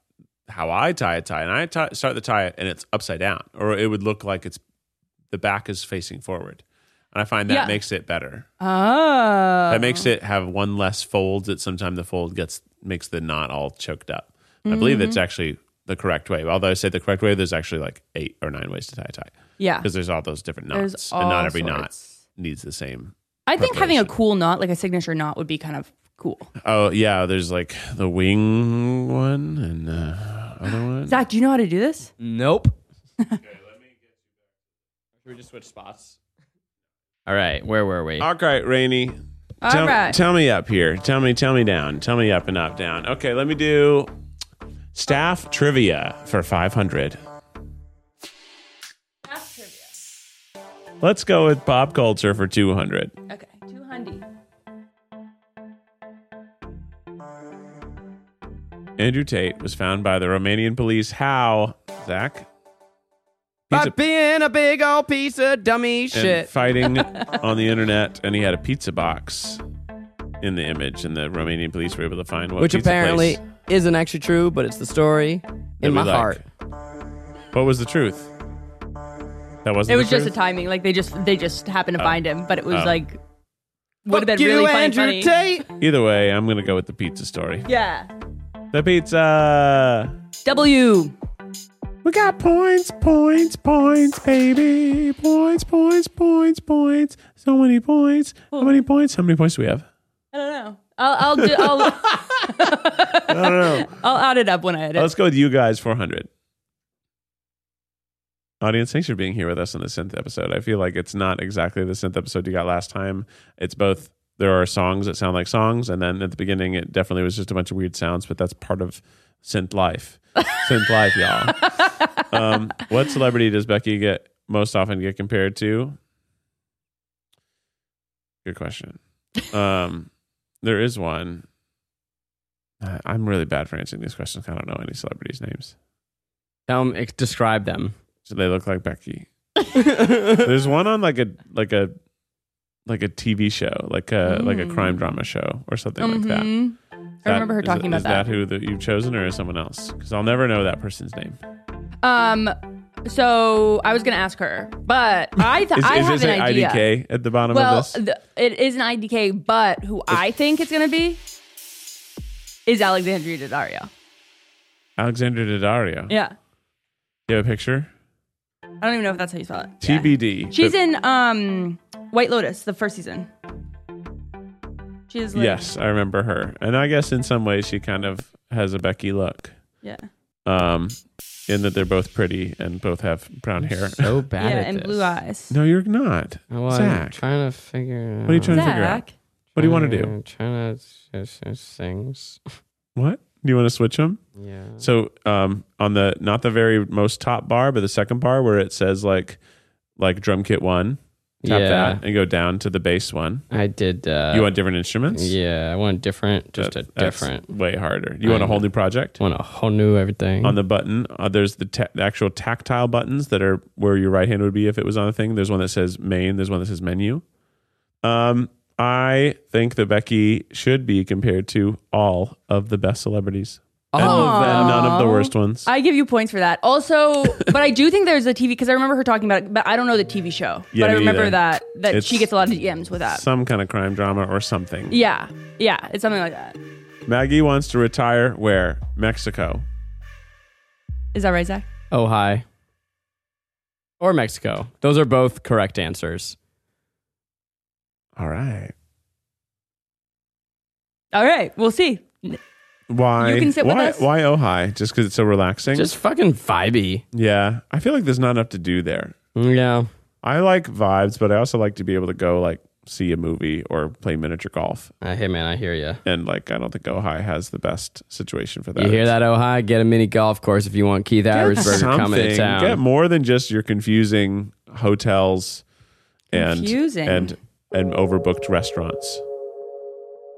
how I tie a tie. And I tie, start the tie and it's upside down, or it would look like it's the back is facing forward. And I find that
Yeah.
makes it better.
oh.
That makes it have one less fold. That sometimes the fold gets makes the knot all choked up. I believe that's
Mm-hmm.
actually the correct way. Although I say the correct way, there's actually like eight or nine ways to tie a tie
Oh. yeah.
because there's all those different
Ah. There's
knots, and not
all
every
sorts.
knot needs the same.
I think having a
preparation.
cool knot, like a signature knot, would be kind of cool.
Oh yeah, there's like the wing one and the other one.
Zach, do you know how to do this?
Nope. Should we just switch spots? All right, where were we?
All right, Rainy.
All
tell,
right.
tell me up here. Tell me, tell me down. Tell me up and up, down. Okay, let me do staff trivia for 500. Let's go with pop culture for 200.
Okay. Two hundy.
Andrew Tate was found by the Romanian police. How, Zach?
By
Pizza-
being a big old piece of dummy
and
shit.
fighting on the internet, and he had a pizza box in the image, and the Romanian police were able to find what
Which
pizza
apparently
place
isn't actually true, but it's the story
that
in
we
my
like.
heart.
What was the truth? That wasn't.
It
the
was just a
truth?
timing. Like they just they just happened to find him, but it was
Oh.
like would have
Fuck
been
you,
really funny,
Andrew
funny.
Tate.
Either way, I'm gonna go with the pizza story.
Yeah.
The pizza.
W.
We got points, points, points, baby. Points, points, points, points. So many points. How many points? How many points do we have?
I don't know. I'll I'll do, I'll,
I don't know.
I'll add it up when I edit.
Let's go with you guys 400. Audience, thanks for being here with us on the synth episode. I feel like it's not exactly the synth episode you got last time. It's both there are songs that sound like songs, and then at the beginning, it definitely was just a bunch of weird sounds, but that's part of synth life. synth life, y'all. Um, what celebrity does Becky get most often get compared to? Good question. Um, there is one. I- I'm really bad for answering these questions. I don't know any celebrities' names.
Um, ex- describe them.
So they look like Becky. There's one on like a like a like a TV show, like a like a crime drama show or something like that.
Mhm. Mm. I remember her
is-
talking about
is
that.
that who that you've chosen, or is someone else? Because I'll never know that person's name.
Um. So I was gonna ask her, but I th-
Is,
I
is
have
this
an
an
idea.
IDK at the bottom
Well,
of this?
th- it is an IDK, but who I think it's gonna be is Alexandria Daddario.
Alexander Daddario.
Yeah,
You have a picture?
I don't even know if that's how you spell it. Yeah.
TBD.
She's
But-
in um White Lotus, the first season. She is. Liv.
Yes, I remember her, and I guess in some ways she kind of has a Becky look,
Yeah.
um, in that they're both pretty and both have brown hair.
So bad
yeah,
at
and
this.
blue eyes.
No, you're not.
Well, I'm
Zach,
trying to figure.
What are you trying to figure out?
Zach.
What do you want to do?
I'm trying to search things.
What? Do you want to switch them?
Yeah.
So, um, on the not the very most top bar, but the second bar where it says like, like drum kit one, tap
Yeah.
that and go down to the bass one.
I did. Uh,
you want different instruments?
Yeah, I want different. Just
That-
a
that's
different.
way harder. You want a
I
whole
know. Mm-hmm.
new project?
Want a whole new everything.
on the button. Uh, there's the, ta- the actual tactile buttons that are where your right hand would be if it was on a thing. There's one that says main. There's one that says menu. Um, I think that Becky should be compared to all of the best celebrities.
All of them.
And none of the worst ones.
I give you points for that. Also, Oh, but I do think there's a TV because I remember her talking about it, but I don't know the TV show.
Yeah,
but I
me
remember
either.
that that
It's-
she gets a lot of DMs with that.
Some kind of crime drama or something.
yeah, yeah, it's something like that.
Maggie wants to retire where? Mexico.
Is that right, Zach?
Oh, hi. Or Mexico. Those are both correct answers.
All right.
All right, we'll see.
Why?
You can sit with
why,
us.
Why Ojai? Just because it's so relaxing?
Just fucking vibey.
yeah. I feel like there's not enough to do there.
Yeah.
I like vibes, but I also like to be able to go like see a movie or play miniature golf.
Uh, hey, man, I hear you.
And like, I don't think Ojai has the best situation for that.
You hear that, Oh, hi. Get a mini golf course if you want Keith Aversberger coming to town.
Get more than just your confusing hotels and
Confusing.
and and overbooked restaurants.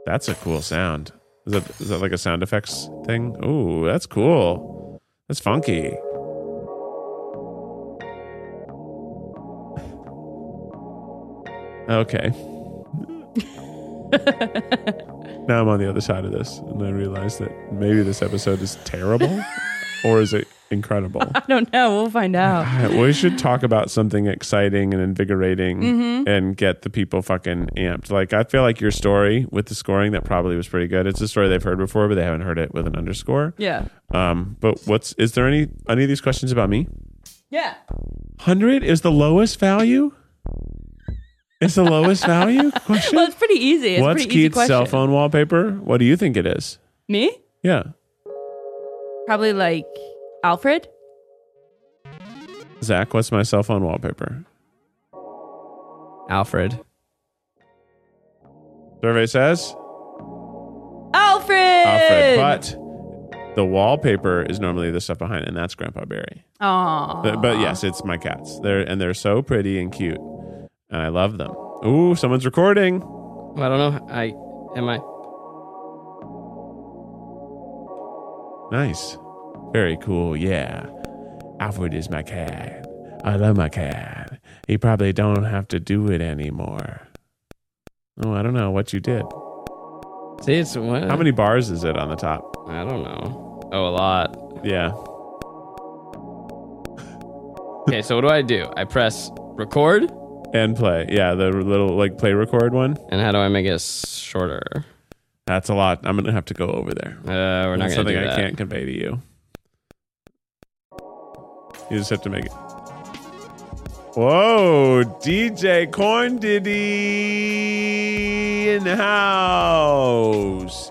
That's a cool sound. Is that is that like a sound effects thing? Ooh, that's cool. That's funky. Okay. now I'm on the other side of this, and I realize that maybe this episode is terrible, or is it incredible?
I don't know. We'll find out.
All right, we should talk about something exciting and invigorating
Mm-hmm.
and get the people fucking amped. Like, I feel like your story with the scoring that probably was pretty good. It's a story they've heard before, but they haven't heard it with an underscore.
Yeah,
Um, but what's is there any any of these questions about me?
yeah.
Hundred is the lowest value. Is the lowest value question?
Well, it's pretty easy. It's a
What's
pretty easy
Keith's
question.
cell phone wallpaper? What do you think it is?
Me?
Yeah,
Probably like Alfred.
Zach, what's my cell phone wallpaper?
Alfred.
Survey says
Alfred.
Alfred, but the wallpaper is normally the stuff behind, it, and that's Grandpa Barry.
Aw.
But, but yes, it's my cats. They're and they're so pretty and cute, and I love them. Ooh, someone's recording.
I don't know. I am I.
Nice, very cool. Yeah, Alfred is my cat. I love my cat. He probably don't have to do it anymore. Oh, I don't know what you did.
See, it's what?
How many bars is it on the top?
I don't know. Oh, a lot.
Yeah.
Okay, so what do I do? I press record,
And play. Yeah, the little like play record one.
and how do I make it s- shorter?
That's a lot. I'm gonna have to go over there.
Uh, we're not
That's
gonna
something
do
I
that.
can't convey to you. You just have to make it. Whoa, DJ Corn Diddy in the house.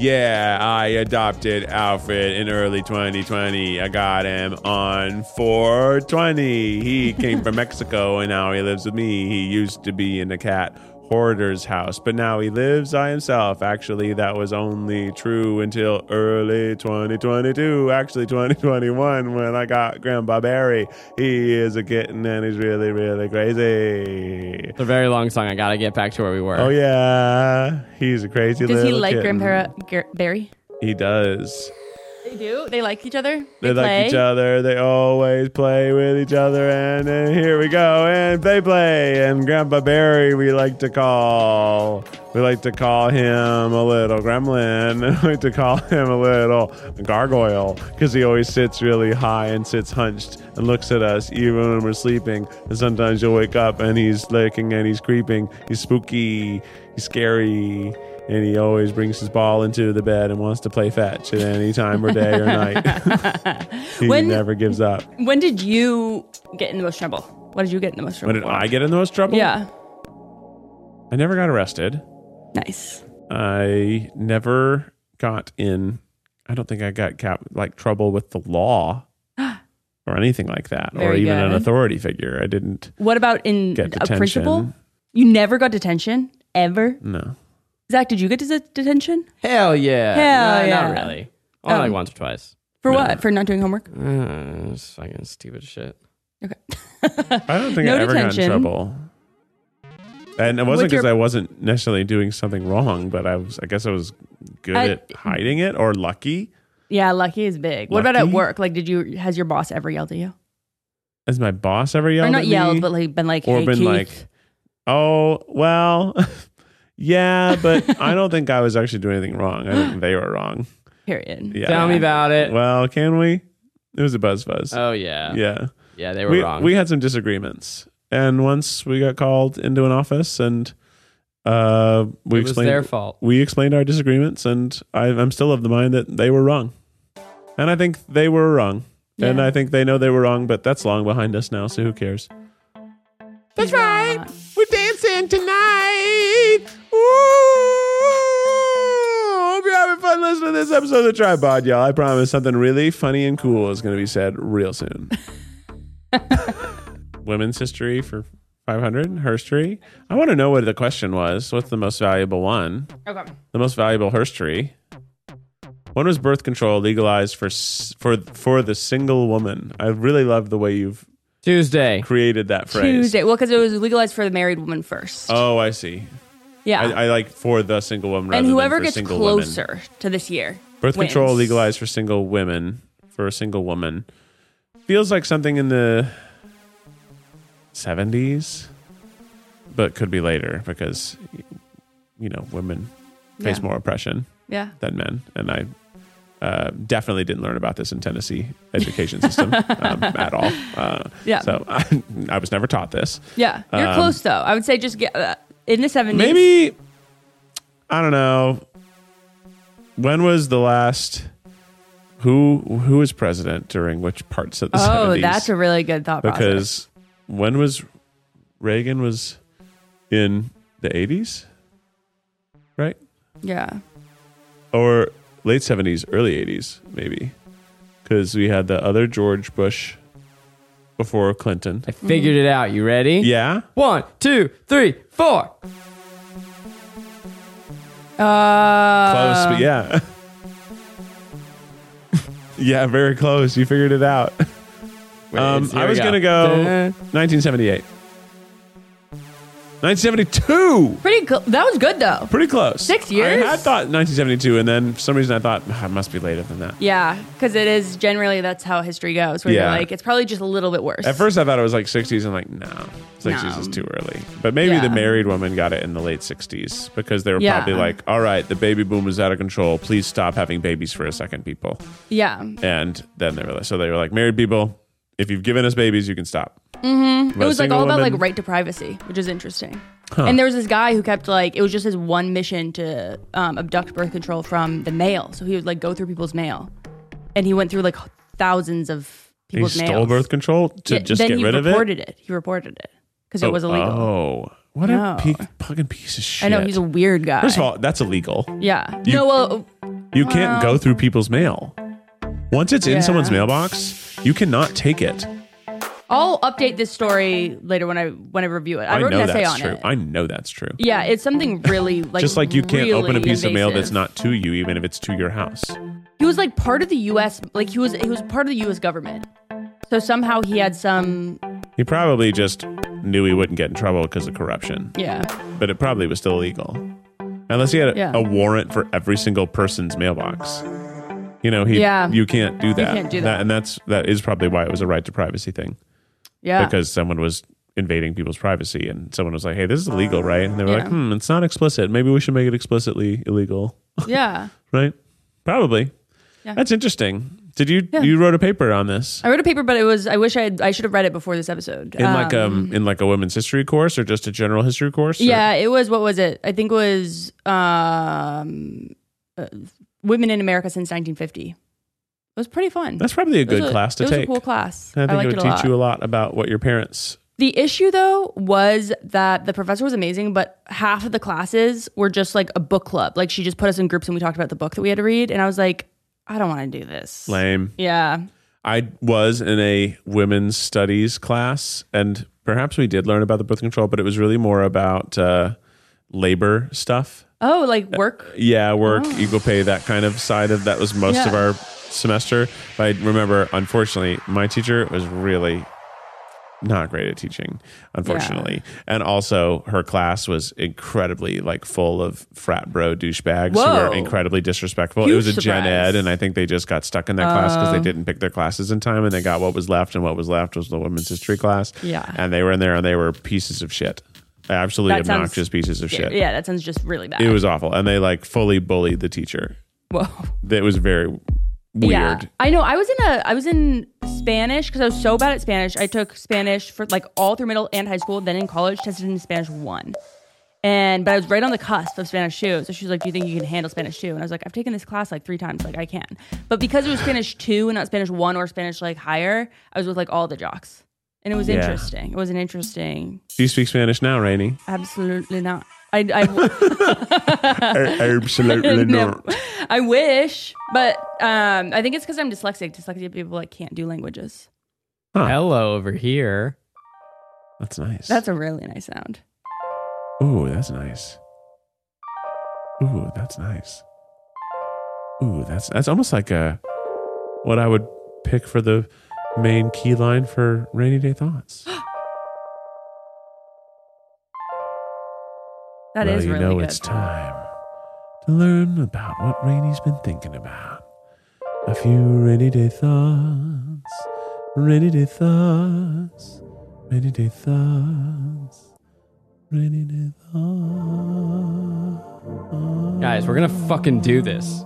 Yeah, I adopted Alfred in early 2020. I got him on 420. He came from Mexico and now he lives with me. He used to be in the cat hoarder's house, but now he lives by himself. Actually, that was only true until early 2022. Actually, 2021 when I got Grandpa Barry. He is a kitten and he's really, really crazy.
It's a very long song. I gotta get back to where we were.
Oh, yeah. He's a crazy
Does
little
he like
kitten.
Grandpa Gar- Barry?
He does.
They do. They like each other.
They, like each other. They always play with each other. And then here we go. And play, play. And Grandpa Barry, we like to call. We like to call him a little gremlin. We like to call him a little gargoyle because he always sits really high and sits hunched and looks at us even when we're sleeping. And sometimes you'll wake up and he's licking and he's creeping. He's spooky. He's scary. And he always brings his ball into the bed and wants to play fetch at any time or day or night. He
When-
never gives up.
When did you get in the most trouble? What did you get in the most trouble?
When did
for?
I get in the most trouble?
Yeah.
I never got arrested.
Nice.
I never got in. I don't think I got cap, like trouble with the law or anything like that, or
Very
even an
good.
authority figure. I didn't
What about in
get
a
detention.
principal? You never got detention ever.
No.
Zach, did you get des- detention
Hell yeah.
Hell
Nah,
yeah.
Not really. Only like
Um,
once or twice.
for what? For not doing homework?
Uh, it's fucking stupid shit.
Okay.
I don't think
No
I ever
detention.
got in trouble. And it wasn't
With
because
your-
I wasn't necessarily doing something wrong, but I was. I guess I was good
I-
at hiding it or lucky.
yeah, lucky is big. What about at
Lucky?
work? Like, did you has your boss ever yelled at you?
Has my boss ever yelled
or not
at
yelled,
me?
but like been like,
or
hey,
been
Keith.
like, "Oh, well, yeah, but I don't think I was actually doing anything wrong. I think they were wrong."
Period.
Yeah.
Tell me about it.
Well, can we? It was a buzz buzz.
Oh yeah.
yeah.
Yeah, they were
We,
wrong.
we had some disagreements. And once we got called into an office and uh, we
it was
explained
their fault.
we explained our disagreements, and I, I'm still of the mind that they were wrong. And I think they were wrong. And
Yeah.
I think they know they were wrong, but that's long behind us now, so who cares?
That's right.
We're dancing tonight. Ooh. Hope you're having fun listening to this episode of the Tripod, y'all. I promise something really funny and cool is going to be said real soon. Women's history for 500, herstory. I want to know what the question was. What's the most valuable one?
Okay.
The most valuable herstory. When was birth control legalized for s- for for the single woman? I really love the way you've
Tuesday.
created that phrase.
Tuesday. Well, because it was legalized for the married woman first.
Oh, I see.
yeah.
I, I like for the single woman rather
and whoever
than for
gets
single
closer
women.
to this year.
Birth
wins.
control legalized for single women for a single woman feels like something in the 70s but could be later because you know women face
Yeah.
more oppression
Yeah.
than men and I uh, definitely didn't learn about this in Tennessee education system um, at all. Uh,
Yeah.
So I, I was never taught this.
Yeah. You're
Um,
close, though. I would say just get uh, in the 70s.
Maybe I don't know. When was the last who who was president during which parts of the
Oh,
70s?
that's a really good thought process.
because when was Reagan was in the 80s? Right?
Yeah.
Or late 70s, early 80s maybe. Cuz we had the other George Bush before Clinton.
I figured it out. You ready?
Yeah.
One, two, three, four.
Uh,
Close, but yeah. yeah, very close. You figured it out. Um,
here
I
we
was
go.
going to go
Dun.
1978. 1972.
pretty cool. That was good, though.
Pretty close.
Six years?
I had thought 1972, and then for some reason I thought "Ah, it must be later than that.
Yeah. Because it is generally that's how history goes. Where you're
Yeah.
like, it's probably just a little bit worse.
At first I thought it was like 60s. I'm like, no, 60s
No.
is too early. But maybe
Yeah.
the married woman got it in the late 60s because they were
Yeah.
probably like, all right, the baby boom is out of control. Please stop having babies for a second, people.
Yeah.
And then they were so they were like, married people, if you've given us babies, you can stop. Mm-hmm.
It was like all about like right to privacy, which is interesting. And there was this guy who kept like it was just his one mission to um, abduct birth control from the mail. So he would like go through people's mail, and he went through like thousands of
He
people's mail.
stole birth control to just
then
get
he
rid of it.
reported it. He reported it because
oh,
it was illegal.
Oh, what
No.
a pe- fucking piece of shit!
I know he's a weird guy.
First of all, that's illegal.
yeah.
you-
no, well,
You can't go through people's mail. Once it's
Yeah.
in someone's mailbox, you cannot take it.
I'll update this story later when I when I review it. I, wrote
know
an essay
that's
on
true.
it.
I know that's true.
yeah, it's something really like
just like you can't open a
really
piece of mail that's
invasive.
not to you, even if it's to your house.
He was like part of the U.S. Like he was he was part of the U.S. government. So somehow he had some
He probably just knew he wouldn't get in trouble because of corruption.
yeah
but it probably was still illegal. Unless he had a,
Yeah.
a warrant for every single person's mailbox. You know, he
Yeah.
you can't do that.
can't do that.
And that's that is probably why it was a right to privacy thing.
yeah
Because someone was invading people's privacy and someone was like, Hey, this is illegal, right? And they were like,
Yeah.
Hmm, it's not explicit. Maybe we should make it explicitly illegal.
yeah.
Right? Probably.
Yeah.
That's interesting. Did you you wrote a paper on this?
I wrote a paper, but it was I wish I had, I should have read it before this episode.
In like
Um,
um in like a women's history course or just a general history course? or-
yeah, it was what was it? I think it was um uh, women in America since 1950. It was pretty fun.
That's probably a
It was
good class to
it
take.
was a cool class.
I think
liked
it would teach you a lot about what your parents
The issue though was that the professor was amazing, but half of the classes were just like a book club. Like she just put us in groups and we talked about the book that we had to read, and I was like, I don't want to do this.
Lame.
Yeah.
I was in a women's studies class, and perhaps we did learn about the birth control, but it was really more about uh, labor stuff.
Oh, like work.
Yeah, work, equal pay, that kind of side of that was most of
Oh. Yeah.
our semester. But I remember, unfortunately, my teacher was really not great at teaching, unfortunately. And also, her class was incredibly like full of frat bro douchebags who
Whoa.
were incredibly disrespectful. it
Huge
was a gen
surprise. Oh.
ed, and I think they just got stuck in that class because they didn't pick their classes in time, and they got what was left, and what was left was the women's history class.
Yeah.
and they were in there, and they were pieces of shit, absolutely
That sounds
obnoxious pieces of shit
Yeah, that sounds just really bad.
it was awful and they like fully bullied the teacher
Whoa.
that was very weird.
Yeah. I know. I was in a I was in Spanish because I was so bad at Spanish. I took Spanish for like all through middle and high school. Then in college, tested in Spanish one. And but I was right on the cusp of Spanish two. So she's like, "Do you think you can handle Spanish two? And I was like, "I've taken this class like three times. Like I can." But because it was Spanish two and not Spanish one or Spanish like higher, I was with like all the jocks, and it was
Yeah.
interesting. It was an interesting.
Do you speak Spanish now, Rainey?
Absolutely not. I, I,
Absolutely
Never. I wish, but um, I think it's because I'm dyslexic. Dyslexic people like can't do languages.
Hello over here.
That's nice.
That's a really nice sound.
Ooh, that's nice. Ooh, that's nice. Ooh, that's that's almost like a what I would pick for the main key line for rainy day thoughts.
That
well,
is
you
really
know
good.
it's time to learn about what Rainy's been thinking about. A few rainy day thoughts, rainy day thoughts, rainy day thoughts, rainy day thoughts.
Guys, we're gonna fucking do this.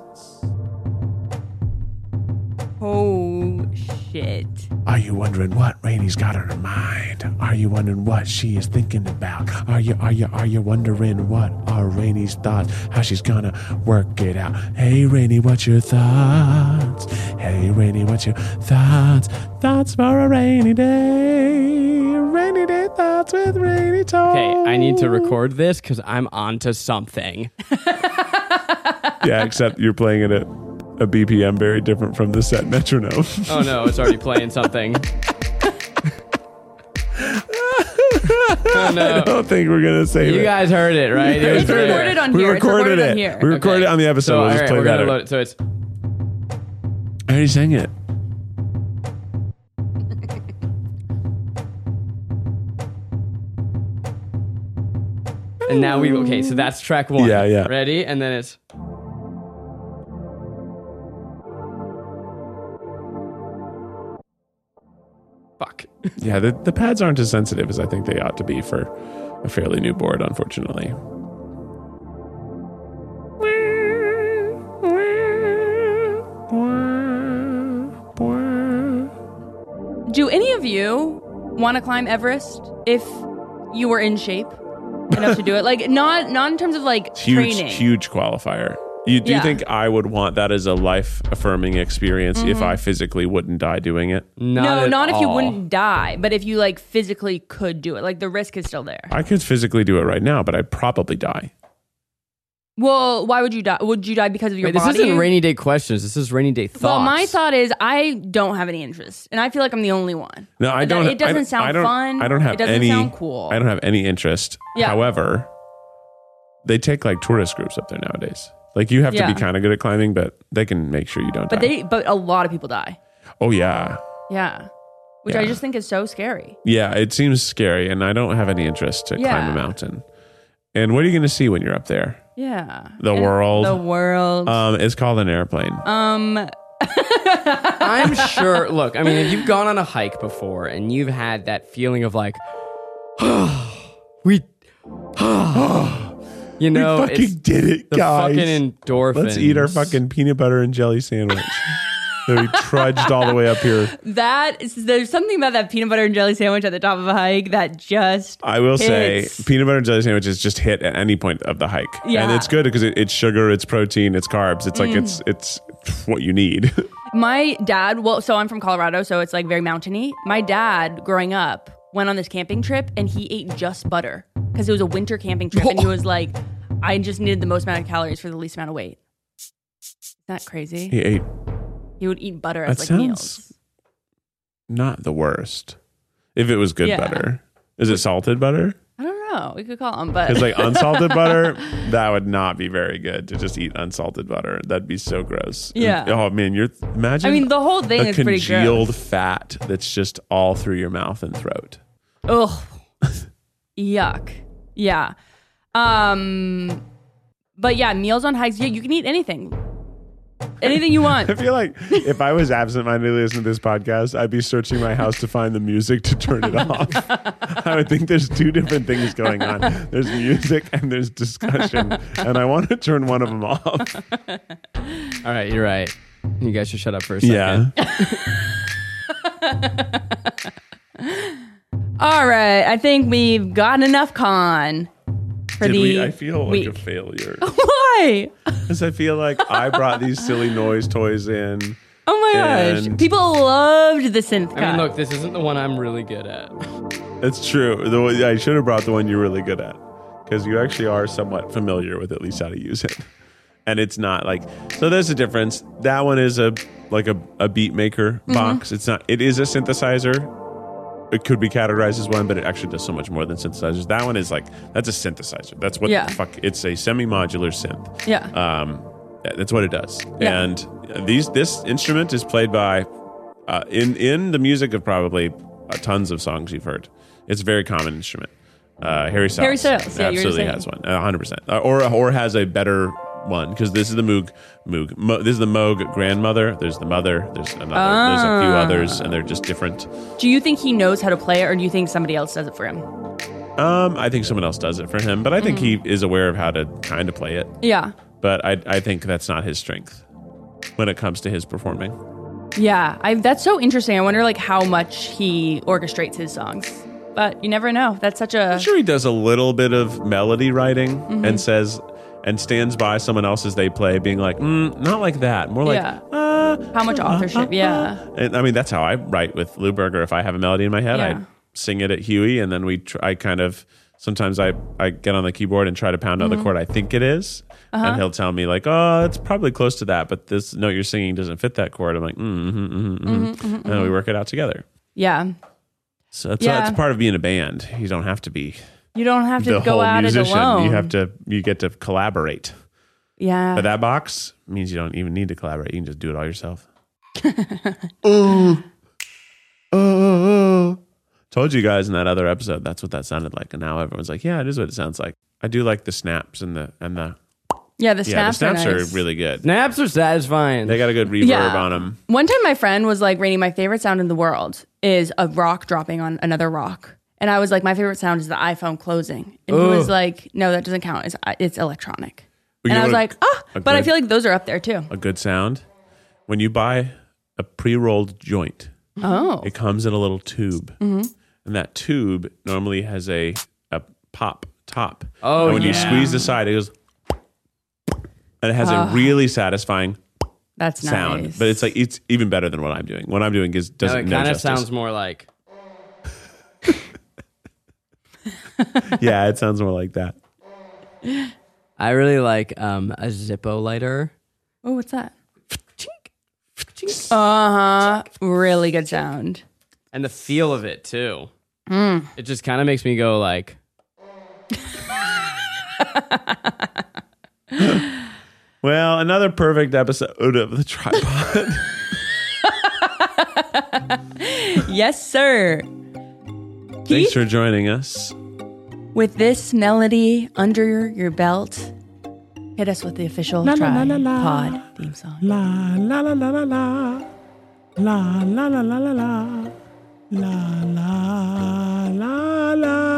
oh shit!
Are you wondering what Rainy's got on her mind? Are you wondering what she is thinking about? Are you are you are you wondering what are Rainy's thoughts? How she's gonna work it out? Hey Rainy, what's your thoughts? Hey Rainy, what's your thoughts? Thoughts for a rainy day. Rainy day thoughts with Rainy Talk.
Okay, I need to record this because I'm onto something.
Yeah, except you're playing at a, a BPM very different from the set metronome.
Oh no, it's already playing something. oh no.
don't think we're gonna save
You guys heard it, right? It was
It's
great.
recorded on
we
here. it's recorded
recorded it.
on here.
We recorded it
Okay.
on the episode.
So,
we'll
all
just
right,
play
we're
that.
gonna load it. So it's
I already sang it.
and now we okay. So that's track one.
Yeah, yeah.
Ready, and then it's fuck.
Yeah, the, the pads aren't as sensitive as I think they ought to be for a fairly new board, unfortunately.
Do any of you want to climb Everest if you were in shape enough to do it? Like not not in terms of like
Huge,
training.
huge qualifier. You do you
Yeah.
think I would want that as a life affirming experience
Mm-hmm.
if I physically wouldn't die doing it?
Not
no,
at
not if you
all.
wouldn't die, but if you like physically could do it. Like the risk is still there.
I could physically do it right now, but I'd probably die.
Well, why would you die? Would you die because of your
Wait, this
body?
isn't rainy day questions. This is rainy day thoughts.
Well, my thought is I don't have any interest, and I feel like I'm the only one.
No, I
That-
don't.
It doesn't
I,
sound
I don't,
fun.
I don't have
It doesn't
any.
sound cool.
I don't have any interest.
Yeah.
However, they take like tourist groups up there nowadays. Like you have to
Yeah.
be kind of good at climbing, but they can make sure you don't.
But
die.
they, but a lot of people die.
Oh yeah,
Yeah, which I
Yeah.
just think is so scary.
yeah. It seems scary, and I don't have any interest to climb
Yeah.
a mountain. And what are you going to see when you're up there?
Yeah,
The
And
world.
the world.
Um, it's called an airplane.
um,
I'm sure. Look, I mean, if you've gone on a hike before and you've had that feeling of like, we, you know,
we fucking
it's
did it,
the
guys.
fucking endorphins.
Let's eat our fucking peanut butter and jelly sandwich. that we trudged all the way up here.
that is, there's something about that peanut butter and jelly sandwich at the top of a hike that just.
I will say
hits.
peanut butter and jelly sandwiches just hit at any point of the hike. And
Yeah. Mm.
it's good because it, it's sugar, it's protein, it's carbs. It's like it's it's what you need.
My dad, well, so I'm from Colorado, so it's like very mountainy. My dad, growing up, went on this camping trip and he ate just butter because it was a winter camping trip, and he was like, "I just needed the most amount of calories for the least amount of weight." Isn't that crazy?
he ate
He would eat butter as
That
like
sounds
meals.
not the worst. If it was good
Yeah.
butter. Is it salted butter?
I don't know. We could call him, but
Because like unsalted butter, that would not be very good to just eat unsalted butter. That'd be so gross. And-
Yeah.
oh man, you're imagine
I mean, the whole thing
a
is pretty
congealed
gross.
fat that's just all through your mouth and throat.
Ugh. Yuck. Yeah. Um. But yeah, meals on hikes. Yeah, you can eat anything. Anything you want.
I feel like if I was absentmindedly listening to this podcast, I'd be searching my house to find the music to turn it off. I would think there's two different things going on. There's music and there's discussion, and I want to turn one of them off.
All right, you're right. You guys should shut up for a second.
Yeah.
All right, I think we've got enough con for
Did
the
we, I feel like
week.
a failure
Why?
because I feel like I brought these silly noise toys in.
Oh my gosh.
And-
People loved the synth
I mean,
cut.
look, this isn't the one I'm really good at.
That's true. The one, I should have brought the one you're really good at because you actually are somewhat familiar with at least how to use it. And it's not like so. There's a difference. That one is a like a, a beat maker box. It's not. It is a synthesizer. It could be categorized as one, but it actually does so much more than synthesizers. That one is like that's a synthesizer. That's what
Yeah.
the fuck. It's a semi-modular synth.
Yeah.
Um, that's what it does.
Yeah.
And these this instrument is played by uh, in in the music of probably uh, tons of songs you've heard. It's a very common instrument. Uh, Harry Styles,
Harry Styles, yeah, you were
absolutely
saying.
has one, one, hundred percent, Uh, or or has a better one because this is the Moog Moog. Mo, this is the Moog grandmother. There's the mother. There's another. There's a few
Ah.
others, and they're just different.
do you think he knows how to play it or do you think somebody else does it for him?
Um, I think someone else does it for him, but I think
Mm.
he is aware of how to kind of play it.
Yeah.
But I I think that's not his strength when it comes to his performing.
Yeah. I, that's so interesting. I wonder like how much he orchestrates his songs. But you never know. That's such a
I'm sure he does a little bit of melody writing
Mm-hmm.
and says and stands by someone else as they play, being like, mm, not like that, more like,
Yeah.
"Ah,
how much authorship. Yeah.
and I mean, that's how I write with Luberger. If I have a melody in my head,
Yeah.
I sing it at Huey, and then we tr- I kind of sometimes I I get on the keyboard and try to pound out
Mm-hmm.
the chord I think it is,
Uh-huh.
and he'll tell me like, oh, it's probably close to that, but this note you're singing doesn't fit that chord. I'm like, mm, mm, mm,
Mm-hmm,
mm, mm, and we work it out together.
Yeah.
So that's,
Yeah.
that's part of being a band. You don't have to be
You don't have to
the
go
whole
out it
musician.
alone.
You have to you get to collaborate.
Yeah.
But that box means you don't even need to collaborate. You can just do it all yourself. oh, oh, oh. Told you guys in that other episode that's what that sounded like. And now everyone's like, Yeah, it is what it sounds like. I do like the snaps and the and the
yeah. The snaps,
yeah, the snaps
are,
are,
nice.
really good.
Snaps are satisfying.
They got a good reverb
Yeah.
on them.
One time, my friend was like, Rainy, my favorite sound in the world is a rock dropping on another rock. And I was like, my favorite sound is the iPhone closing. And he was like, no, that doesn't count. It's, it's electronic.
You
and
know
I was
what a-
like, ah,
a
but I
good-
feel like those are up there too.
a good sound. When you buy a pre-rolled joint,
Oh.
It comes in a little tube, and that tube normally has a a pop top.
Oh,
and when you
yeah.
squeeze the side, it goes, and it has a really satisfying
That's nice.
sound. But it's like it's even better than what I'm doing. What I'm doing is
No,
doesn't
it
know
kind of
justice.
sounds more like.
yeah, it sounds more like that.
I really like um, a Zippo lighter.
oh, what's that? Uh huh. Really good sound.
and the feel of it too.
Mm.
It just kind of makes me go like,
Well, another perfect episode of the tripod.
Yes, sir.
Thanks
Keith,
for joining us.
with this melody under your belt, hit us with the official Try Pod theme song.
La la la la la la la la la la la la la la la la.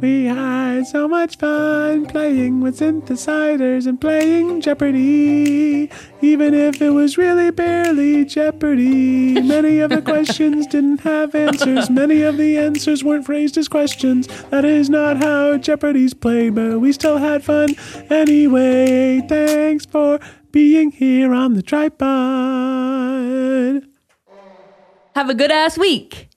We had so much fun playing with synthesizers and playing Jeopardy, even if it was really barely Jeopardy. Many of the questions didn't have answers. Many of the answers weren't phrased as questions. That is not how Jeopardy's played, but we still had fun anyway. Thanks for being here on the tripod.
Have a good ass week.